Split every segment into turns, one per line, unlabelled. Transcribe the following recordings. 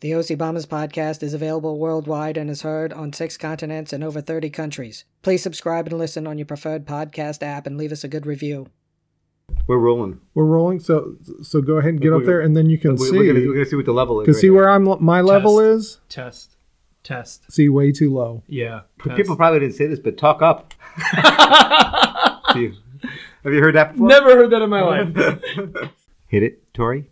The OC Bombers podcast is available worldwide and is heard on six continents and over 30 countries. Please subscribe and listen on your preferred podcast app and leave us a good review.
We're rolling.
We're rolling, so so go ahead and get
We're
up there,
gonna-
and then you can
We're,
see.
we're gonna, we're gonna see what the level is.
can
right
see
now.
where I'm my level
Test.
is.
Test. Test.
See, way too low.
Yeah.
P-
test.
people probably didn't say this, but talk up. Do you- have you heard that before?
Never heard that in my life.
Hit it, Tori.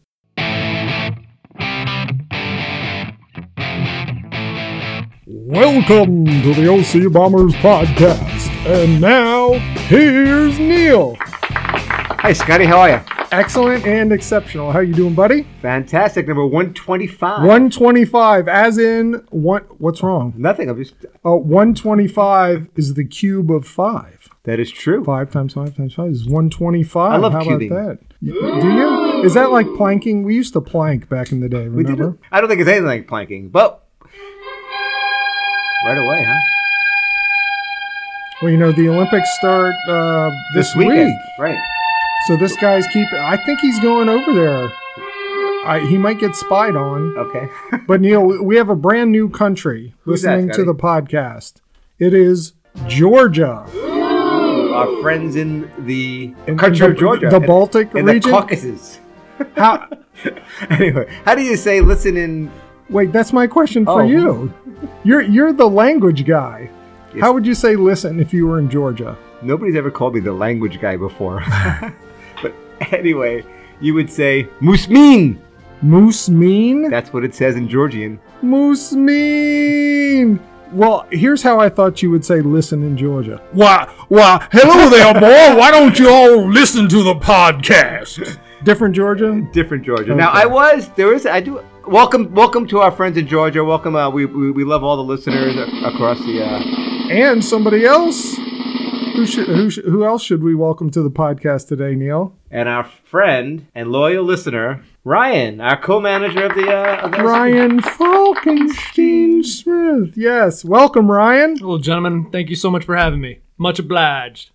Welcome to the OC Bombers podcast, and now here's Neil.
Hi, Scotty. How are you?
Excellent and exceptional. How you doing, buddy?
Fantastic. Number one twenty-five.
125, as in what? What's wrong?
Nothing. I'm just.
Uh, 125 is the cube of five.
That is true.
Five times five times five is 125.
I love
How
cubing.
about that? Y- Do you? Is that like planking? We used to plank back in the day.
We did.
Remember?
it. I don't think it's anything like planking, but right away, huh?
Well, you know, the Olympics start uh, this,
weekend,
week.
right?
So this guy's keep. I think he's going over there. I, he might get spied on.
Okay.
But Neil, we have a brand new country
Who's that,
listening to
Scotty?
the podcast. It is Georgia.
Our friends in the
In-
country
in the-
of Georgia,
the
and-
Baltic
and
region?
the Caucasus.
How,
anyway, how do you say listen in?
wait, that's my question for
Oh.
you. You're you're the language guy.
Yes.
How would you say listen if you were in Georgia?
Nobody's ever called me the language guy before. but anyway, you would say musmin.
Moose mean?
That's what it says in Georgian.
Moose mean. Well, here's how I thought you would say listen in Georgia.
Why, why, hello there, boy. Why don't you all listen to the podcast?
Different Georgia?
Different Georgia. Now
Okay.
I was there is I do welcome welcome to our friends in Georgia. Welcome. Uh, we, we we love all the listeners a- across the. Uh,
and somebody else. Who should who, sh- who else should we welcome to the podcast today, Neil?
and our friend and loyal listener Ryan, our co-manager of the, uh, of the
Ryan Falkenstein Smith. Yes, welcome, Ryan.
well, gentlemen, thank you so much for having me. Much obliged.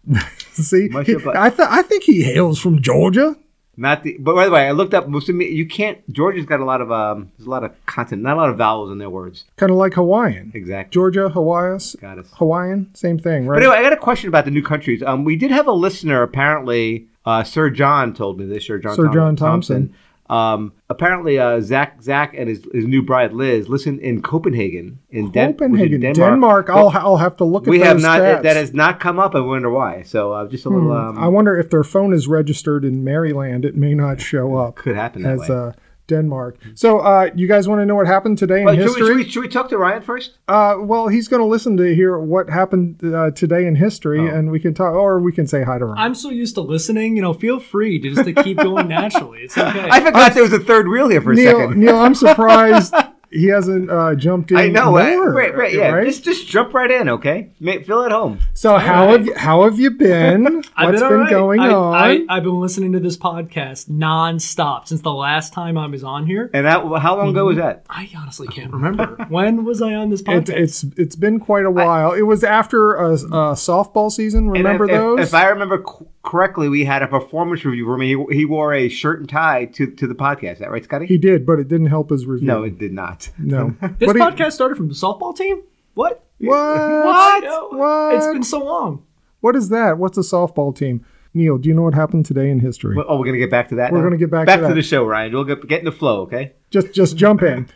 See,
Much
he-
obliged.
I th- I think he hails from Georgia.
Not the. But by the way, I looked up Muslim. You can't. Georgia's got a lot of um. There's a lot of content. Not a lot of vowels in their words.
Kind of like Hawaiian,
Exactly.
Georgia, Hawaii, s-
Got us.
Hawaiian, same thing, right?
But anyway, I got a question about the new countries. Um, we did have a listener apparently. Uh, Sir John told me this. Sir John.
Sir
Thom-
John
Um, apparently, uh, Zach, Zach, and his, his new bride Liz listen in Copenhagen in Den- which is
Copenhagen, Denmark.
But
I'll ha- I'll have to look at
we
those
have not.
stats. Hmm,
That has not come up. I wonder why. So uh, just a little. Um,
I wonder if their phone is registered in Maryland. It may not show up
could happen that
as
way.
uh, Denmark. So, uh, you guys want to know what happened today in
Well, Oh, should,
history?
we, should, we, should we talk to Ryan first?
Uh, well, he's going to listen to hear what happened uh, today in history,
Oh.
and we can talk, or we can say hi to Ron.
I'm so used to listening, you know, feel free to just to keep going naturally. It's okay.
I forgot there was a third wheel here for a
Neil,
second.
Neil, I'm surprised he hasn't uh, jumped in.
I know. I-
more,
right, right, yeah. Just, just jump right in, okay? Ma- feel at home.
So how have you, how have you been?
I've
What's
all
been
right.
going
I,
on?
I, have been listening to this podcast nonstop since the last time I was on here.
And that, how long ago was that?
I honestly can't remember. when was I on this podcast?
It's it's it's been quite a while. it was after a, a softball season.
Mm-hmm. And
Remember
if, if-
those?
If, I remember c- correctly, we had a performance review where he, he wore a shirt and tie to, to the podcast. Is that right, Scotty?
he did, but it didn't help his review.
no, it did not.
no.
this
But he-
podcast started from the softball team? What?
what?
I know.
What?
It's been so long.
What is that? What's a softball team? Neil, do you know what happened today in history?
Well, oh, we're going to get back to that.
We're
now?
gonna get back to
back to,
that.
the show, Ryan. We'll get, get in the flow, okay?
just just jump in.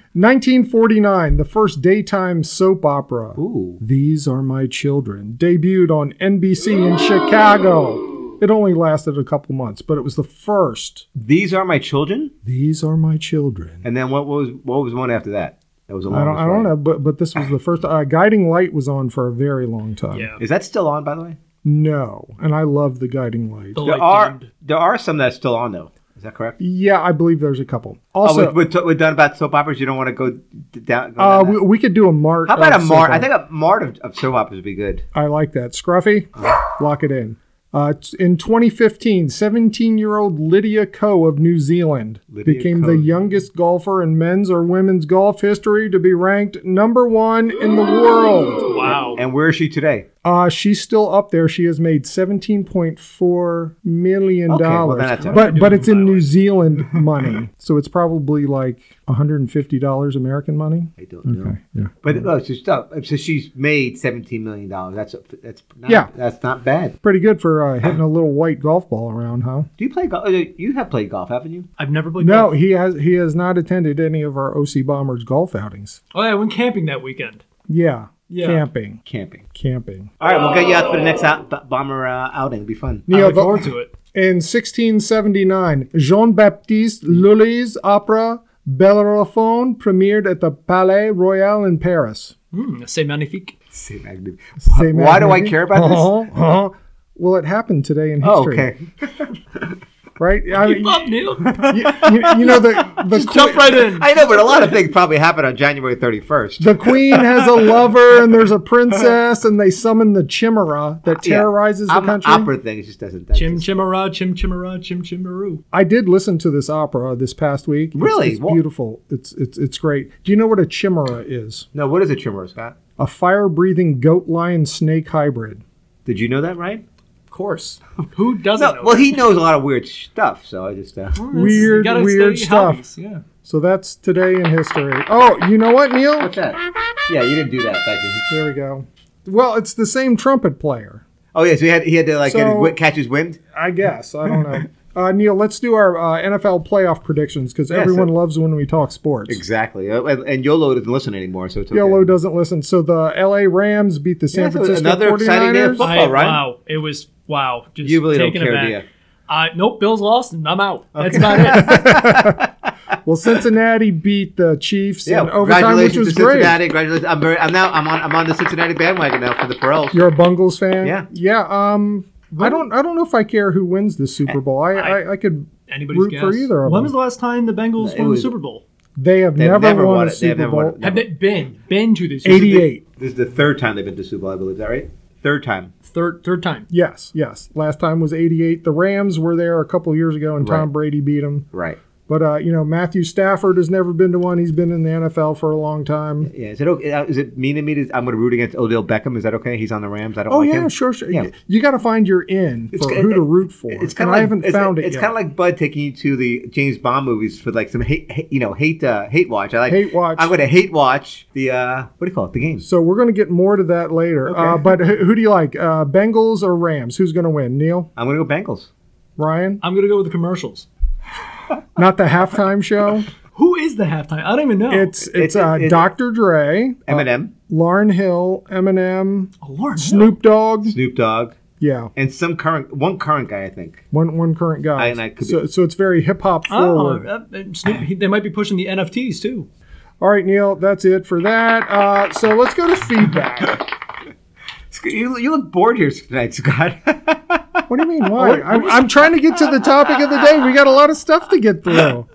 1949, the first daytime soap opera.
Ooh.
These Are My Children debuted on NBC in Chicago. It only lasted a couple months, but it was the first.
These are my children.
These Are My Children.
And then what was what was one after that? That was a long.
I don't, I don't know, but but this was the first. Uh, Guiding Light was on for a very long time.
Yeah.
Is that still on, by the way?
No, and I love the Guiding Light.
The
There
light
are
dimmed.
there are some that's still on though. Is that correct?
Yeah, I believe there's a couple. Also,
oh, we're, we're, we're done about soap operas. You don't want to go d- down. Go
uh,
down
we,
that?
we could do a Mart.
How about
of
a mart?
soap
I think a mart of, of soap operas would be good.
I like that. Scruffy, lock it in. Uh, t- in 2015, 17 year old Lydia Ko of New Zealand
Lydia
became
Ko.
the youngest golfer in men's or women's golf history to be ranked number one in the world.
Wow.
And where is she today?
Uh, she's still up there. She has made seventeen point four million
Okay, well,
dollars,
then that's all right.
but but it's in New Zealand money, so it's probably like one hundred and fifty dollars American money.
I don't know.
Okay, yeah.
But no, so, stop. so she's made seventeen million dollars. That's that's not,
Yeah.
That's not bad.
Pretty good for uh, hitting a little white golf ball around, huh?
Do you play golf? Oh, You have played golf, haven't you?
I've never played
No,
golf.
he has he has not attended any of our OC Bombers golf outings.
Oh, yeah, I went camping that weekend.
Yeah,
Yeah.
camping,
Camping.
camping.
All right, we'll get you out for the next out, b- bomber uh, outing. It'll be fun.
I
Yeah,
look
but-
forward to it.
In 1679, Jean Baptiste Lully's opera Bellerophon premiered at the Palais Royal in Paris.
Mm, c'est magnifique.
Say magnific-
Say,
Why why do I
Magnifique?
care about this?
Uh-huh, uh-huh. Well, it happened today in
Oh,
history,
okay.
right? I mean,
Bob Neal,
you, you know the the, que-
jump right in.
I know, but a lot of things probably happened on January thirty first.
the queen has a lover and there's a princess and they summon the chimera that terrorizes the country.
Opera thing. It just doesn't. That
Chim
just-
chimera, chim chimera, chim chimaroo.
I did listen to this opera this past week. It's-
Really?
It's,
What-
beautiful. It's it's it's great. Do you know what a chimera is?
no, what is a chimera, Scott?
A fire-breathing goat-lion snake hybrid.
Did you know that, right?
Of course. Who doesn't
No.
know?
Well, he knows a lot of weird stuff, so I just. Uh,
Well, that's-
weird,
gotta
weird
study
stuff.
hobbies, Yeah.
So that's today in history. Oh, you know what, Neil?
what's that? Yeah, you didn't do that back then.
There we go. Well, it's the same trumpet player,
Oh yeah, so he had he had to like get his
So-
wi- catch his wind.
I guess. I don't know. Uh, Neil, let's do our uh, NFL playoff predictions because
Yes,
everyone
it-
loves when we talk sports.
Exactly, Uh, and, and Yolo doesn't listen anymore, so it's okay.
Yolo doesn't listen. So the LA Rams beat the San
Yeah, so
Francisco
another
49ers.
exciting day of football.
I,
Oh, Ryan?
Wow. It was, wow. Just
You really don't
taken
care, do
aback.
you?
Uh, nope, Bills lost and I'm out. That's about it.
Well, Cincinnati beat the Chiefs
Yeah,
in overtime,
congratulations
which was
to
great.
Cincinnati. Congratulations! I'm very, I'm now I'm on I'm on the Cincinnati bandwagon now for the Pearls.
You're a Bungles fan.
Yeah.
yeah. Um, I don't, I don't know if I care who wins the Super Bowl. I, I, I could.
Anybody's
Root
guess.
for either of
when
them.
was the last time the Bengals
It
won
was-
the Super Bowl?
They have
They've
never,
never
won
won
a
it. They've
Super
never won
Bowl.
it.
Have
Never.
they been? Been to this?
Eighty- 88.
This is the third time they've been to Super Bowl, I believe. Is that right? Third time.
Third, third time.
Yes, yes. Last time was '88. The Rams were there a couple years ago, and Tom
Right.
Brady beat them.
Right.
But uh, you know, Matthew Stafford has never been to one. He's been in the NFL for a long time.
Yeah. Is it okay? uh, Is it mean to me? To, I'm going to root against Odell Beckham. Is that okay? He's on the Rams. I don't
Oh
like
yeah,
him.
sure, sure.
Yeah.
You got to find your in for
ki-
who to
it-
root for.
It's
and
kind of like
I haven't
it's,
found it
It's
yet.
kind of like Bud taking you to the James Bond movies for like some hate, hate you know, hate, uh, hate watch. I like
Hate watch.
I'm going to hate watch the uh, what do you call it? The games.
so we're going to get more to that later. Uh, but who, who do you like, uh, Bengals or Rams? Who's going to win? Neil,
I'm going to go Bengals.
Ryan?
I'm gonna go with the commercials.
Not the halftime show.
Who is the halftime? I don't even know.
It's it's
It- it-
uh,
it-
Dr. Dre,
Eminem,
Lauren Hill, Eminem,
oh, Lauren. Hill.
Snoop Dogg.
Snoop Dogg,
Yeah,
and some current one current guy. I think.
one one current guy.
I- and I could be-
so so it's very hip hop
Oh,
forward.
uh, uh, Snoop, he- they might be pushing the NFTs too.
All right, Neil, that's it for that. Uh, so let's go to feedback.
Sc- You, you look bored here tonight, Scott.
What do you mean? Why? I'm, I'm trying to get to the topic of the day. We got a lot of stuff to get through.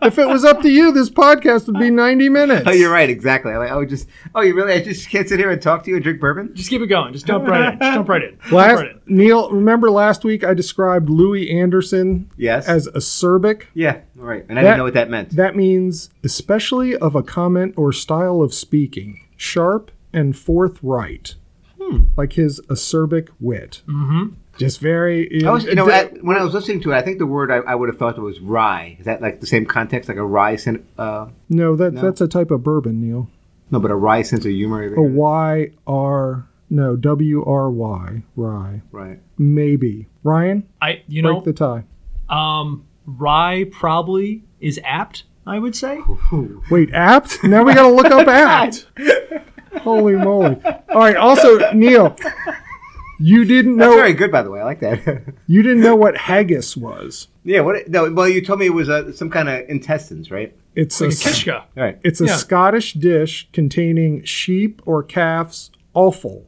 If it was up to you, this podcast would be 90 minutes.
oh, you're right. Exactly. I, I would just. Oh, you really? I just can't sit here and talk to you and drink bourbon.
Just keep it going. Just jump right in. Just jump right in. Jump
Last,
right in.
Neil, remember last week I described Louis Anderson
Yes.
as acerbic?
yeah. All right. And I
That-
didn't know what that meant.
That means especially of a comment or style of speaking, sharp and forthright,
Hmm.
like his acerbic wit. Mm-hmm. Just very.
I was, you know,
d-
at, when I was listening to it, I think the word I, I would have thought it was rye. Is that like the same context, like a rye sense? Uh,
no, that that's a type of bourbon, Neil.
no, but a rye sense of humor.
A Y R no W R Y rye
Right.
maybe Ryan
I, you
break
know,
the tie.
um, rye probably is apt. I would say.
Wait, apt? Now we gotta look up apt. Holy moly! All right. Also, Neil, you didn't
That's
know
very good, by the way. I like that.
you didn't know what haggis was.
yeah. What? No. Well, you told me it was uh, some kind of intestines, right?
It's
Like a
a s-
kishka.
All right.
It's a
Yeah.
Scottish dish containing sheep or calf's offal,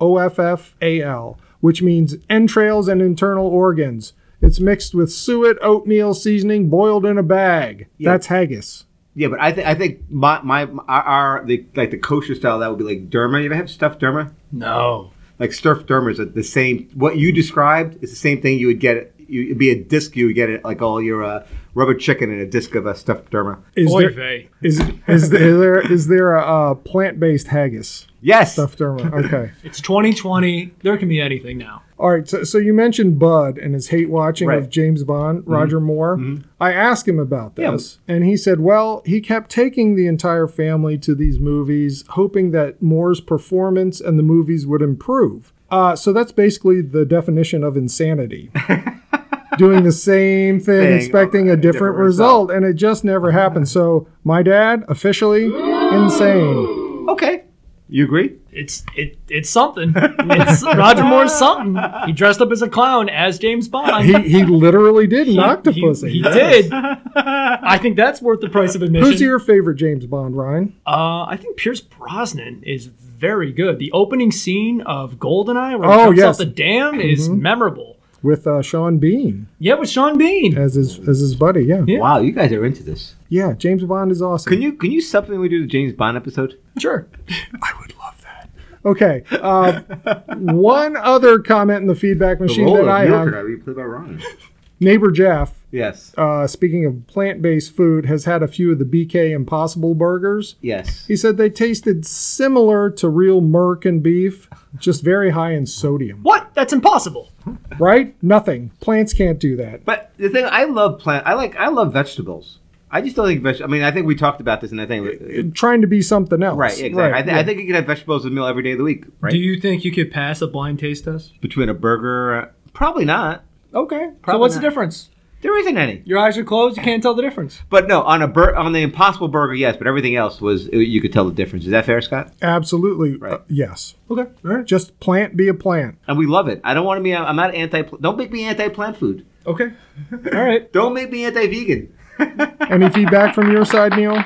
O F F A L, which means entrails and internal organs. It's mixed with suet, oatmeal seasoning, boiled in a bag. That's haggis.
Yeah, but I think I think my my our, our the like the kosher style that would be like derma. You ever have stuffed derma?
No.
Like stuffed derma is the same. What you described is the same thing you would get you, it'd be a disc you would get it like all your uh, rubber chicken and a disc of uh, stuffed derma.
Is
Oy
there,
vey.
is, is there is there a uh, plant based haggis
Yes,
stuffed derma? Okay.
It's 2020. There can be anything now.
All right. So, so you mentioned Bud and his hate watching of
Right. Mm-hmm.
James Bond, Roger Moore. I asked him about
Yeah.
this, and he said, well, he kept taking the entire family to these movies, hoping that Moore's performance and the movies would improve. Uh, so that's basically the definition of insanity. Doing the same thing,
Thing,
expecting a
a
different,
different
result,
result.
and it just never happened. So, my dad, officially insane.
okay, you agree?
It's it it's something. It's Roger Moore's something. He dressed up as a clown as James Bond.
He, he literally did an
He-
octopus.
He, did. I think that's worth the price of admission.
Who's your favorite James Bond, Ryan?
Uh, I think Pierce Brosnan is very good. The opening scene of Goldeneye, where
Oh,
he jumps
yes.
off the dam, is memorable.
with uh, Sean Bean
Yeah, with Sean Bean.
as his as his buddy. Yeah, yeah.
Yeah.
Wow, you guys are into this.
James Bond is awesome.
Can you can you subsequently do the James Bond episode?
Sure.
okay. Uh, one other comment in the feedback machine that I have.
be played by Ron.
Neighbor Jeff,
Yes,
uh, speaking of plant-based food, has had a few of the BK Impossible burgers.
yes.
He said they tasted similar to real Merck and beef, just very high in sodium.
What? That's impossible.
Right? Nothing. Plants can't do that.
But the thing I love plant, I like I love vegetables. I just don't think vegetables. I mean, I think we talked about this, and I think
Trying to be something else.
right, exactly. I, th- I think you can have vegetables in a meal every day of the week, right?
Do you think you could pass a blind taste test?
Between a burger, uh, probably not.
Okay. so
Probably
what's
not.
the difference?
There isn't any.
Your eyes are closed. You can't tell the difference.
But no, on a bur- on the Impossible Burger, yes. But everything else was you could tell the difference. Is that fair, Scott?
Absolutely.
Right.
uh, yes.
Okay. All right.
Just plant be a plant.
And we love it. I don't want to be. I'm not anti. Don't make me anti plant food.
Okay. All right.
Don't make me anti vegan.
Any feedback from your side, Neil?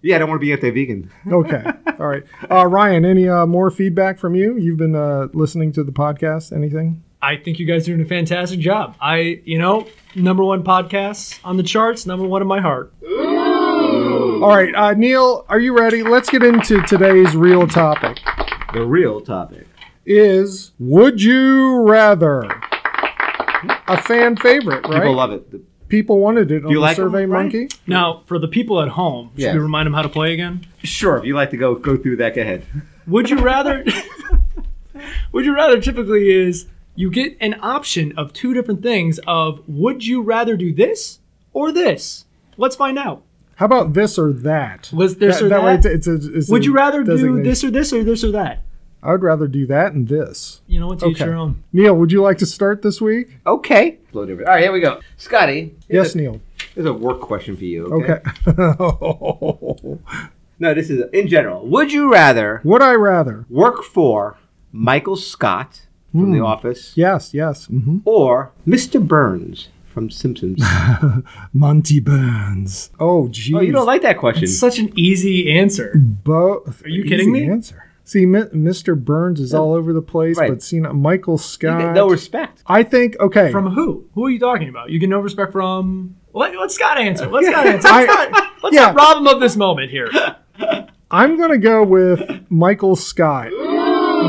Yeah, I don't want to be anti vegan.
okay. All right. Uh, Ryan, any uh, more feedback from you? You've been uh, listening to the podcast. Anything?
I think you guys are doing a fantastic job. I, you know, number one podcast on the charts, number one in my heart.
All right. Uh, Neil, are you ready? Let's get into today's real topic.
The real topic.
Is would you rather? A fan favorite, right?
People love it.
People wanted it on
you
the
like 'em,
Survey
Ryan?
Monkey.
Now, for the people at home, should
Yes.
we remind them how to play again?
Sure, if you like to go go through that, go ahead.
Would you rather? would you rather typically is you get an option of two different things of would you rather do this or this? Let's find out.
How about this or that?
Was this or
way
that?
it's, it's a, it's
Would
a
you rather do
designation.
this or this or this or that?
I would rather do that and this.
You know what? To each
Okay.
your own.
Neil, would you like to start this week?
Okay. All right, here we go. Scotty.
Yes, Neil.
There's a work question for you.
Okay.
No, this is in general. Would you rather
would I rather?
work for Michael Scott from The Office
Yes, yes. hmm
or Mr. Burns from Simpsons?
Monty Burns. Oh, geez.
oh, you don't like that question.
It's such an easy answer.
both. Are
you kidding me?
Answer. See, Mi- Mr. Burns is all over the place,
Right.
but see, not Michael
You
Scott.
get no respect.
I think okay.
From who? Who are you talking about? You get no respect from. Let, let Scott answer. Let Scott answer. Let's,
I-
not, let's
yeah.
not rob him of this moment here.
I'm gonna go with Michael Scott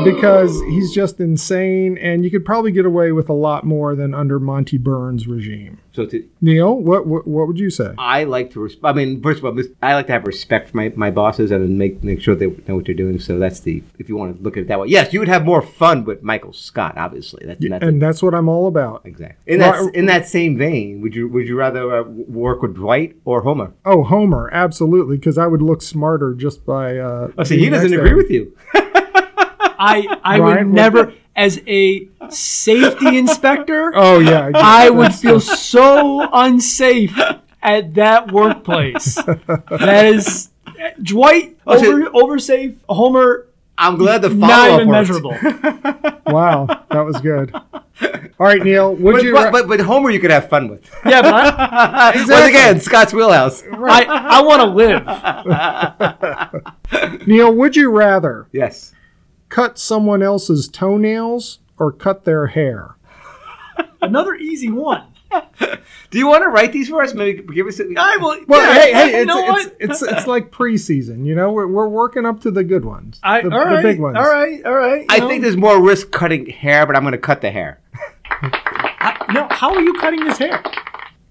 because he's just insane, and you could probably get away with a lot more than under Monty Burns' regime.
So to,
Neil, what what, what would you say?
I like to. Resp- I mean, first of all, mis- I like to have respect for my, my bosses and make make sure they know what they're doing. So that's the if you want to look at it that way. Yes, you would have more fun with Michael Scott, obviously. That's, that's
and that's what I'm all about.
Exactly. In
Right.
that in that same vein, would you would you rather uh, w- work with Dwight or Homer?
Oh, Homer, absolutely, because I would look smarter just by. Uh,
Oh, see, he doesn't agree with you.
I I
Ryan,
would
what-
never, as a safety inspector,
Oh yeah,
I would feel so unsafe at that workplace. That is Dwight
Oh, so-
over over safe Homer
I'm glad the
not
follow up
even measurable.
Wow, that was good. All right, Neil, would
But,
you?
but, but, but Homer, you could have fun with.
Yeah, but I
Once again, Scott's wheelhouse.
I, I want to live.
Neil, would you rather
Yes.
cut someone else's toenails or cut their hair?
Another easy one.
Do you want to write these for us? Maybe give us. A,
I will.
Well,
yeah,
hey, hey,
you
it's,
know
it's,
what?
it's, it's like preseason. You know, we're, we're working up to the good ones,
I,
the,
all
the
right,
big ones.
All right, all right. you
I
know.
think there's more risk cutting hair, but I'm going to cut the hair.
I, No, how are you cutting this hair?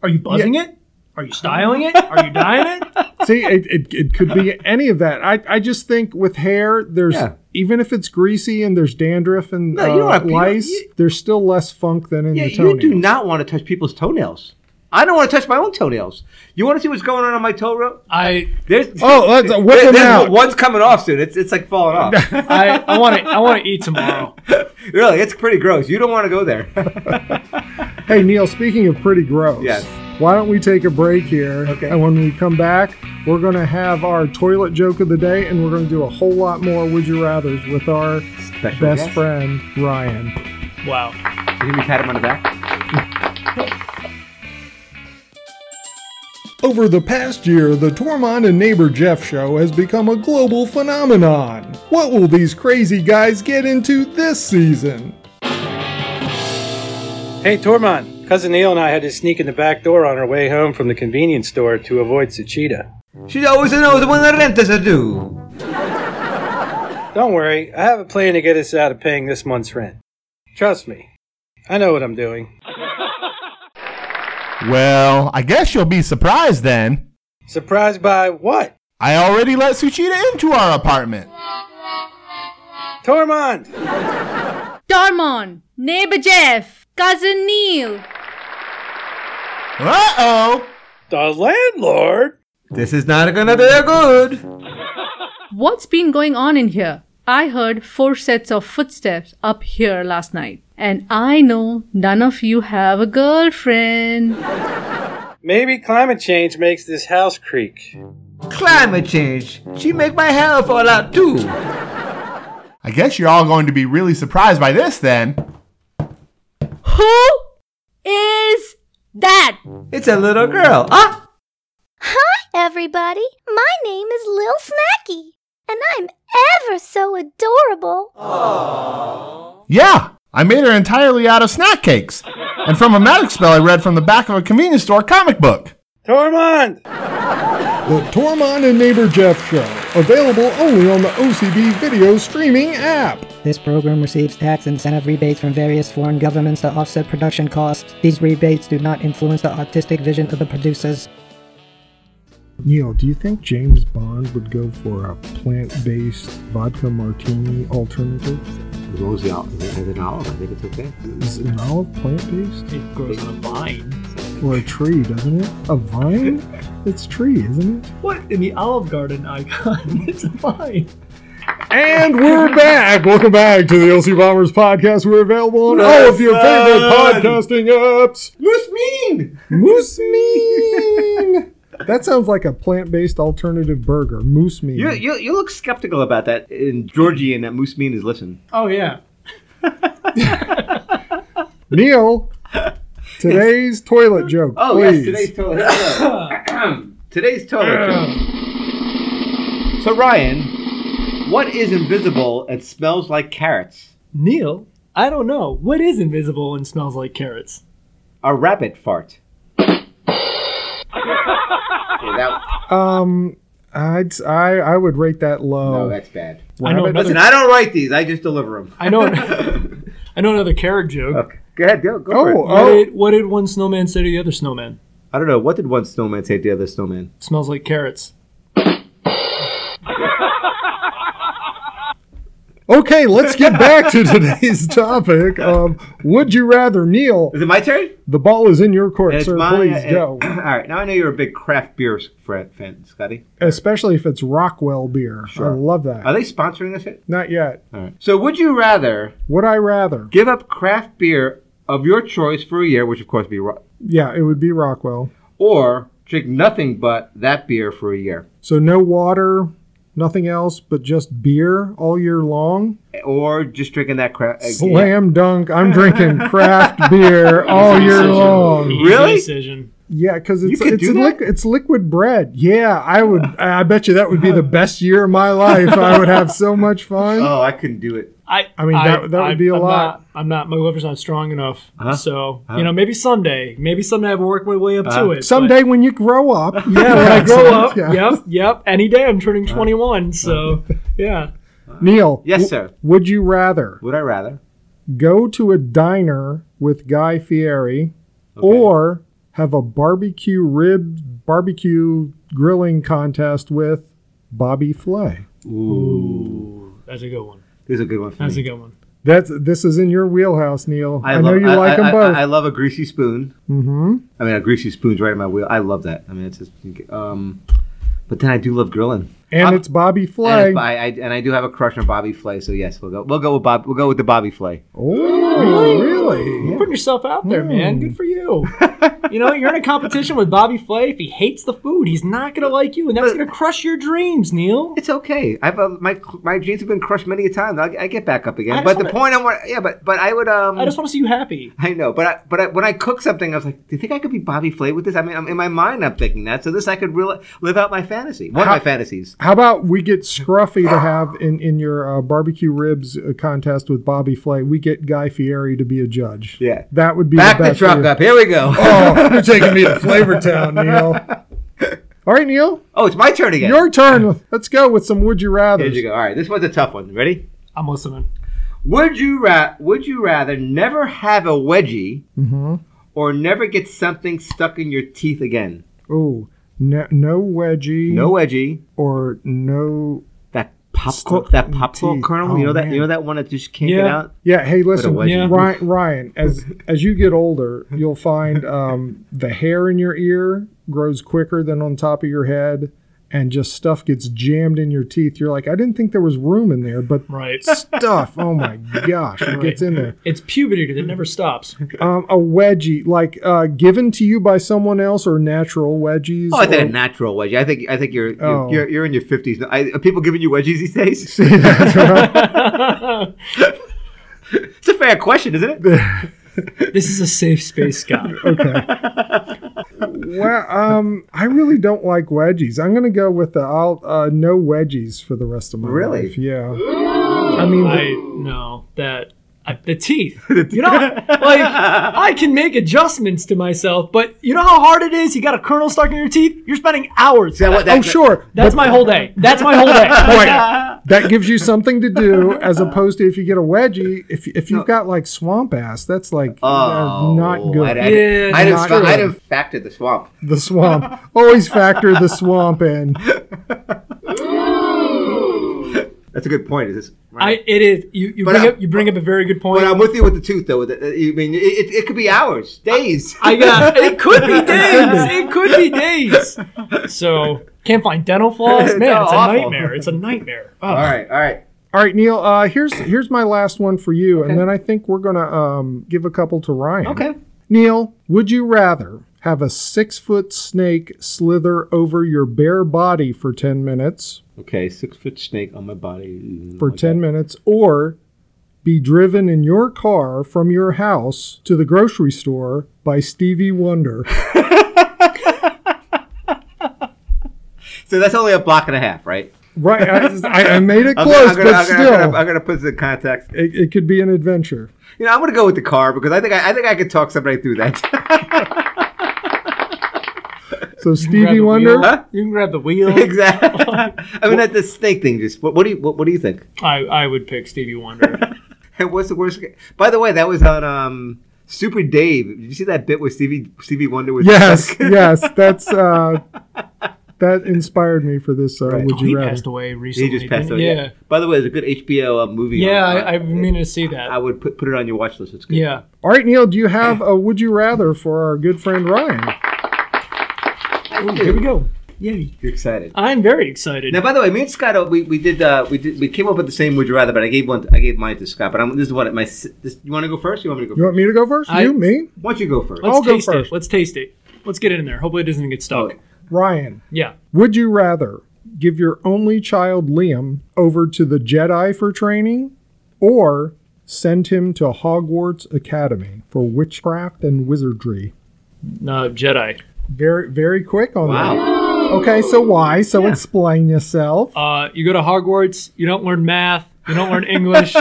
Are you buzzing it? Are you styling it? Are you dyeing it?
See, it, it, it could be any of that. I, I just think with hair, there's
Yeah.
even if it's greasy and there's dandruff and
No, you don't
uh,
have to- you-
lice,
you-
there's still less funk than in
Yeah,
the
you
toenails.
do not want to touch people's toenails. I don't want to touch my own toenails. You want to see what's going on on my toe rope?
I,
There's
Oh, let's uh, whip
there-
him
there's
out.
one's coming off soon. It's it's like falling off.
I, I want to, I want to eat tomorrow.
really, it's pretty gross. You don't want to go there.
Hey, Neil, speaking of pretty gross,
Yes.
why don't we take a break here?
Okay.
And when we come back, we're going to have our toilet joke of the day and we're going to do a whole lot more Would You Rathers with our
Special
best
guest.
friend, Ryan.
Wow.
Can we pat him on the back?
Over the past year, the Tormund and Neighbor Jeff show has become a global phenomenon. What will these crazy guys get into this season?
Hey, Tormund. Cousin Neil and I had to sneak in the back door on our way home from the convenience store to avoid Suchita.
She always knows when the rent is due.
Don't worry, I have a plan to get us out of paying this month's rent. Trust me, I know what I'm doing.
Well, I guess you'll be surprised then.
Surprised by what?
I already let Suchita into our apartment.
Tormund!
Dormon, neighbor Jeff, cousin Neil.
Uh oh!
The landlord?
This is not gonna be good.
What's been going on in here? I heard four sets of footsteps up here last night. And I know none of you have a girlfriend.
Maybe climate change makes this house creak.
Climate change. She make my hair fall out too.
I guess you're all going to be really surprised by this then.
Who is that?
It's a little girl. Ah,
everybody. My name is Lil Snacky, and I'm ever so adorable.
Yeah, I made her entirely out of snack cakes. And from a magic spell I read from the back of a convenience store comic book.
Tormund!
The Tormund and Neighbor Jeff show, available only on the OCB video streaming app.
This program receives tax incentive rebates from various foreign governments to offset production costs. These rebates do not influence the artistic vision of the producers.
Neil, do you think James Bond would go for a plant based vodka martini alternative?
As long as the olive, as an olive, I think it's okay.
Is an olive plant based?
It grows on a vine.
Or a tree, doesn't it? A vine? It's tree, isn't it?
What in the Olive Garden icon? It's a vine.
And we're back. Welcome back to the LC Bombers podcast. We're available on all of your favorite
Run.
podcasting apps.
What's mean?
Moose mean. That sounds like a plant-based alternative burger. Moose mean.
You, you, you look skeptical about that in Georgian that Moose Mean is listen.
Oh yeah.
Neil, today's toilet joke,
Oh
please.
yes, today's toilet. today's toilet. so Ryan, what is invisible and smells like carrots?
Neil, I don't know. What is invisible and smells like carrots?
A rabbit fart. Yeah, that-
um, I'd, I I would rate that
no,
low.
that's bad.
I know
Rabbit-
another.
Listen, I don't write these. I just deliver them.
I know. I know another carrot joke.
Okay. Go ahead, go, go for it.
oh,
What,
Uh, oh,
did, what did one snowman say to the other snowman?
I don't know. What did one snowman say to the other snowman?
smells like carrots.
okay. Let's get back to today's topic of Would you rather, Neil?
Is it my turn?
The ball is in your court,
And
sir.
my-
Please
and-
go.
all right. Now I know you're a big craft beer s- fr- fan, Scotty.
Especially if it's Rockwell beer. I love that.
Are they sponsoring this yet?
Not yet.
All right. So would you rather
Would I rather?
give up craft beer of your choice for a year, which of course would be ro-
Yeah, it would be Rockwell.
or drink nothing but that beer for a year,
So no water, nothing else but just beer all year long.
or just drinking that uh, craft?
Slam dunk. I'm drinking craft beer all year
Decision.
long.
Really?
Easy decision.
Yeah, because it's
could
it's
do
a
that?
liqu- it's liquid bread. Yeah, I would. I bet you that would be the best year of my life. I would have so much fun.
Oh, I couldn't do it.
I,
I mean, that- that would be a
I'm
lot. Uh-huh.
Not, I'm not. My liver's not strong enough. So you know, maybe someday. Maybe someday I will work my way up to it.
Uh-huh. Someday when you grow up,
but- yeah, when I grow up.
Yeah.
Yep, yep. Any day I'm
Uh-huh.
turning 21. So yeah,
Neil.
Yes,
w-
sir.
Would you rather
Would I rather?
go to a diner with Guy Fieri or have a barbecue rib barbecue grilling contest with Bobby Flay.
Ooh, that's a good one.
This is a good one for
That's
me.
a good one.
That's this is in your wheelhouse, Neil. I, know
love-
you like
I,
them both.
I, I love a greasy spoon.
mm-hmm.
I mean, a greasy spoon's right in my wheel. I love that. I mean, it's just. Um, but then I do love grilling.
And
I'm-
it's Bobby Flay.
And, I, I, and I do have a crush on Bobby Flay, so yes, we'll go. We'll go with Bob. We'll go with the Bobby Flay.
Oh, really?
You're putting yourself out there, man. Good for you. you know, you're in a competition with Bobby Flay. If he hates the food, he's not gonna like you, and that's gonna crush your dreams, Neil.
It's okay. I've uh, my my dreams have been crushed many a time. I, I get back up
I
again.
just
But the
wanna-
point I want, yeah, but but I would um.
I just want to see you happy.
I know, but I, but I, when I cook something, I was like, "Do you think I could be Bobby Flay with this?" I mean, I'm, in my mind, I'm thinking that. So this, I could real, live out my fantasy, one of my fantasies.
How about we get Scruffy to have in in your uh, barbecue ribs uh, contest with Bobby Flay? We get Guy Fieri to be a judge.
Yeah,
That would be
back
the
the
best.
truck
for you.
up. Here we go. Oh,
Oh, you're taking me to Flavortown, Neil. All right, Neil,
Oh, it's my turn again.
your turn. Let's go with some would you
Here
rather.
you go. All right, this one's a tough one. Ready?
I'm listening.
Would you ra- Would you rather never have a wedgie, or never get something stuck in your teeth again?
Oh, no, no wedgie.
No wedgie.
or no.
That popcorn.
Stuck
That
in
popcorn
teeth.
kernel.
Oh,
you know that.
man.
You know that one that just can't get
Yeah.
out.
Yeah. Hey, listen,
wedgie. Yeah.
Ryan. Ryan, as as you get older, you'll find um, the hair in your ear grows quicker than on top of your head, and just stuff gets jammed in your teeth. You're like, I didn't think there was room in there, but
Right.
stuff. Oh my gosh, it gets in there.
It's puberty that never stops.
Um, a wedgie, like uh, given to you by someone else, or natural wedgies.
Oh, I think
or-
a natural wedgie. I think I think you're you're,
Oh.
you're, you're in your fifties. Are people giving you wedgies these days? it's a fair question, isn't it?
This is a safe space, Scott.
Well, um, I really don't like wedgies. I'm gonna go with the I'll uh, no wedgies for the rest of my
Really?
life. Yeah. I mean,
I know that I, the teeth. You know, like I can make adjustments to myself, but you know how hard it is. You got a kernel stuck in your teeth. You're spending hours.
That what- that-
oh sure,
That's my whole day. That's my whole day. Right.
that gives you something to do as opposed to if you get a wedgie. If if you've got like swamp ass, that's like uh,
Oh,
not good.
I, I,
Yeah,
I,
not
didn't, fa-
good.
I didn't factor the swamp.
the swamp. Always factor the swamp in.
That's a good point. Is this?
I, it is. You, you
But
bring
I-
up you bring up a very good point.
But I'm with you with the tooth, though. With the, I mean, it, it, it could be hours, days.
I got it could be days. It could be days. So can't find dental flaws. Man,
No,
it's a
awful.
nightmare. It's a nightmare. Oh,
all right, all right.
All right, Neil. Uh, here's here's my last one for you, and then I think we're gonna um, give a couple to Ryan.
Okay.
Neil, would you rather have a six foot snake slither over your bare body for ten minutes
Okay, six foot snake on my body.
for ten minutes, or be driven in your car from your house to the grocery store by Stevie Wonder?
So that's only a block and a half, right?
right. I, I, I made it
I'm gonna, I'm
close,
gonna,
but
I'm
still,
gonna, I'm gonna, I'm gonna put this in context.
it, it could be an adventure.
You know, I'm gonna go with the car because I think I, I think I could talk somebody through that.
So
grab
Stevie
the
Wonder.
wheel. You can grab the wheel.
exactly. I mean, that the snake thing. Just what, what do you what, what do you think?
I, I would pick Stevie Wonder.
And what's the worst? ca- By the way, that was on um, Super Dave. Did you see that bit with Stevie Stevie Wonder was
Yes, yes, that's uh, that inspired me for this. Uh, Would
he
you rather?
passed away recently.
He just passed
didn't
away.
he?
Yeah.
Yeah.
By the way, there's a good HBO uh, movie.
Yeah,
on-
I, I mean to see
I
that.
would put put it on your watch list. It's good.
Yeah.
All right, Neil, do you have a would you rather for our good friend Ryan?
Here we go.
You're excited.
I'm very excited.
Now, by the way, me and Scott, uh, we, we did uh, we did we came up with the same would you rather, but I gave one I gave mine to Scott. But I'm, this is what my s- this, you want to go first? Or you want me to go
You
first?
want me to go first?
I-
you, me,
Why don't you go first?
Let's
I'll go
taste
first.
it. Let's taste it. Let's get it in there. Hopefully it doesn't get stuck.
Oh.
Ryan.
Yeah.
Would you rather give your only child Liam over to the Jedi for training, or send him to Hogwarts Academy for witchcraft and wizardry?
No, Uh, Jedi.
Very, very quick on
Wow.
that. Okay, so why? So explain yourself.
Uh, you go to Hogwarts, you don't learn math, you don't learn English.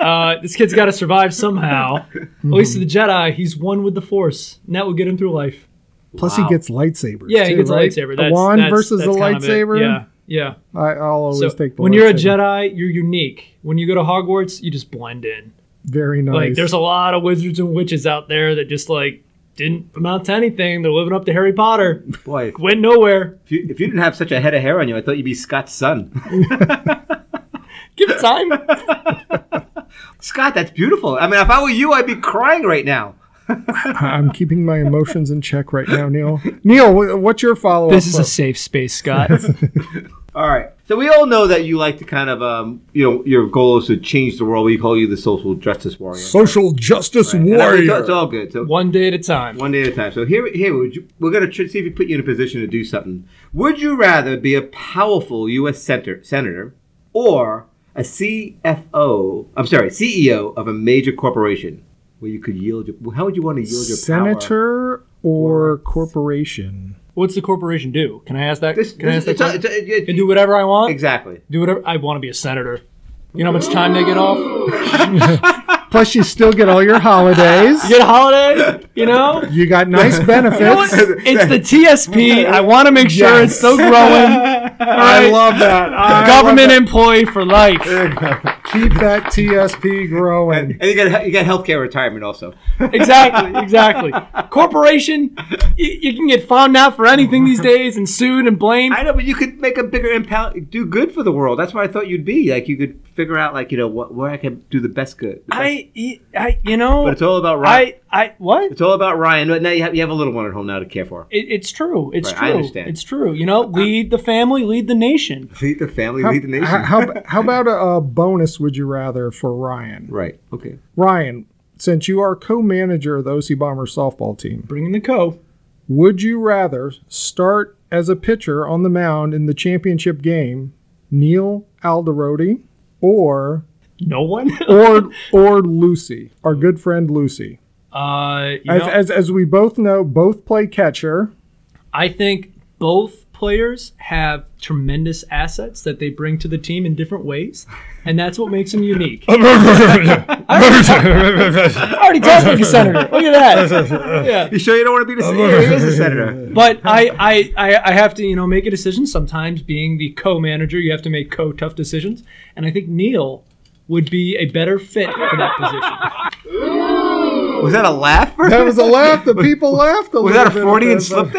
Uh, this kid's got to survive somehow. At
Mhm.
least to the Jedi, he's one with the Force, and that will get him through life.
Plus,
Wow.
he gets lightsaber.
Yeah, he
too,
gets a
right?
lightsaber.
The
That's,
wand
that's-
versus
that's
the
kind of it.
lightsaber.
Yeah, yeah.
I, I'll always
So
take the.
when you're a
lightsaber.
Jedi, you're unique. When you go to Hogwarts, you just blend in.
Very nice.
Like, there's a lot of wizards and witches out there that just like didn't amount to anything. They're living up to Harry Potter.
Boy, if
Went nowhere.
you, if you didn't have such a head of hair on you, I thought you'd be Scott's son.
Give it time.
Scott, that's beautiful. I mean, if I were you, I'd be crying right now.
I'm keeping my emotions in check right now, Neil. Neil, wh- what's your follow up?
this is a safe space, Scott.
All right. So we all know that you like to kind of, um, you know, your goal is to change the world. We call you the social justice warrior.
Social justice
And I think
warrior.
It's all good. So
One day at a time.
One day at a time. So here, here would you, we're going to tr- see if we put you in a position to do something. Would you rather be a powerful U.S. Senator, senator or a CFO? I'm sorry, CEO of a major corporation where you could yield your. How would you want to yield your power?
senator or corporation?
What's the corporation do? Can I ask that?
This,
Can I
this,
ask that?
it's, a-
question?
it's, a- it-
Can do whatever I want.
exactly.
Do whatever I want to be a senator. You know how much time they get off?
Plus, you still get all your holidays.
Get a holiday. You know.
You got nice benefits.
You know what? It's the TSP. I want to make sure it's still growing.
I love that. I
Government employee for life.
keep that TSP growing.
And you got you got healthcare retirement also.
exactly, exactly. Corporation, you, you can get found out for anything these days and sued and blamed.
I know, but you could make a bigger impact, do good for the world. That's what I thought you'd be. Like you could figure out, like you know, what, where I can do the best good. The best-
I, I you know,
but it's all about Ryan.
I, I, what?
it's all about Ryan. But now you have you have a little one at home now to care for.
It, it's true. It's
Right, I
true.
understand.
It's true. You know, lead the family, lead the nation.
Lead the family, lead the nation.
How, how, how about a, a bonus would you rather for Ryan?
right. Okay.
Ryan, since you are co manager of the OC Bomber softball team,
Bring in the co.
would you rather start as a pitcher on the mound in the championship game, Neil Alderodi, or
No one.
or or Lucy, our good friend Lucy?
uh, you
As,
know,
as, as we both know, both play catcher.
I think both players have tremendous assets that they bring to the team in different ways, and that's what makes them unique. I already talked like a senator. Look at that. Yeah.
You sure you don't want to be the senator? He is a senator.
but I, I, I, I have to, you know, make a decision. Sometimes being the co-manager, you have to make co-tough decisions. And I think Neil would be a better fit for that position.
Was that a laugh?
That was a laugh. The people laughed a
Was
little
that a
bit at
Freudian
that,
slip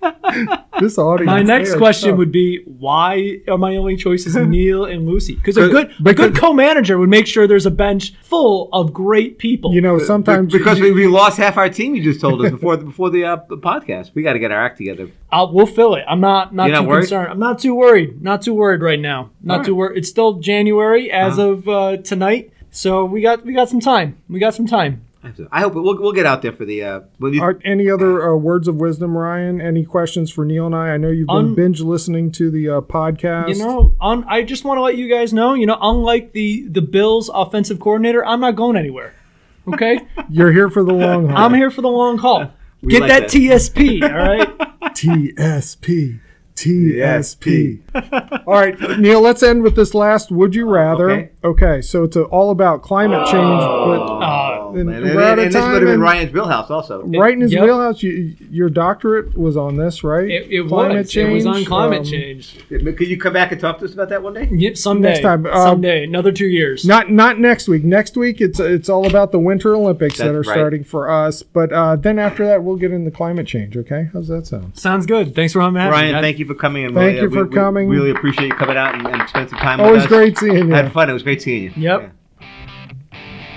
but
there?
This audience.
My next
there,
question
so-
would be, why are my only choices Neil and Lucy? Because a good, a
because-
good co-manager would make sure there's a bench full of great people.
You know, sometimes
because we, we lost half our team. You just told us before the, before the uh, podcast. We got to get our act together.
I'll, we'll fill it. I'm not not
You're not
too
worried?
concerned. I'm not too worried. Not too worried right now. Not too worried. It's still January as
Uh-huh.
of uh, tonight, so we got we got some time. We got some time.
I hope we'll, we'll get out there for the. Uh, when you,
Are any other uh, words of wisdom, Ryan? Any questions for Neil and I? I know you've been
Un-
binge listening to the uh, podcast.
You know, on I just want to let you guys know. You know, unlike the the Bills offensive coordinator, I'm not going anywhere. Okay,
you're here for the long haul.
I'm here for the long haul. Get
like
that,
that.
TSP, all right? Uh,
TSP. TSP. all right, Neil. Let's end with this last. Would you rather?
Okay. Oh.
Okay. so it's uh all about climate change, but
Uh,
then
and,
we're
and-
out
and
of
this
time
would have been
and-
Ryan's wheelhouse also.
Right in his
Yep.
wheelhouse. You, your doctorate was on this, right?
it, it was. it was on climate
um,
change.
Could you come back and talk to us about that one day?
Yep, someday.
next time, um,
someday. Another two years.
Not not next week. Next week it's it's all about the Winter Olympics that
That's
are
right.
starting for us. But uh, then after that we'll get into climate change. Okay, how's that sound?
Sounds good. Thanks for having me.
Ryan, thank you for coming. And
Thank
really,
you
uh,
for
we,
coming.
We really appreciate you coming out and, and spending some time
Always
with us.
great seeing you.
I had fun. It was great seeing you.
Yep.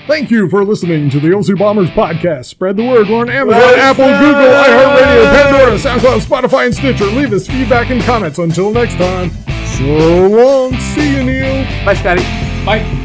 Thank you for listening to the OC Bombers podcast. Spread the word. We're on Amazon, Apple, Google, iHeartRadio, Pandora, SoundCloud, Spotify, and Stitcher. Leave us feedback and comments. Until next time, so long. See you, Neil.
Bye, Scotty.
Bye.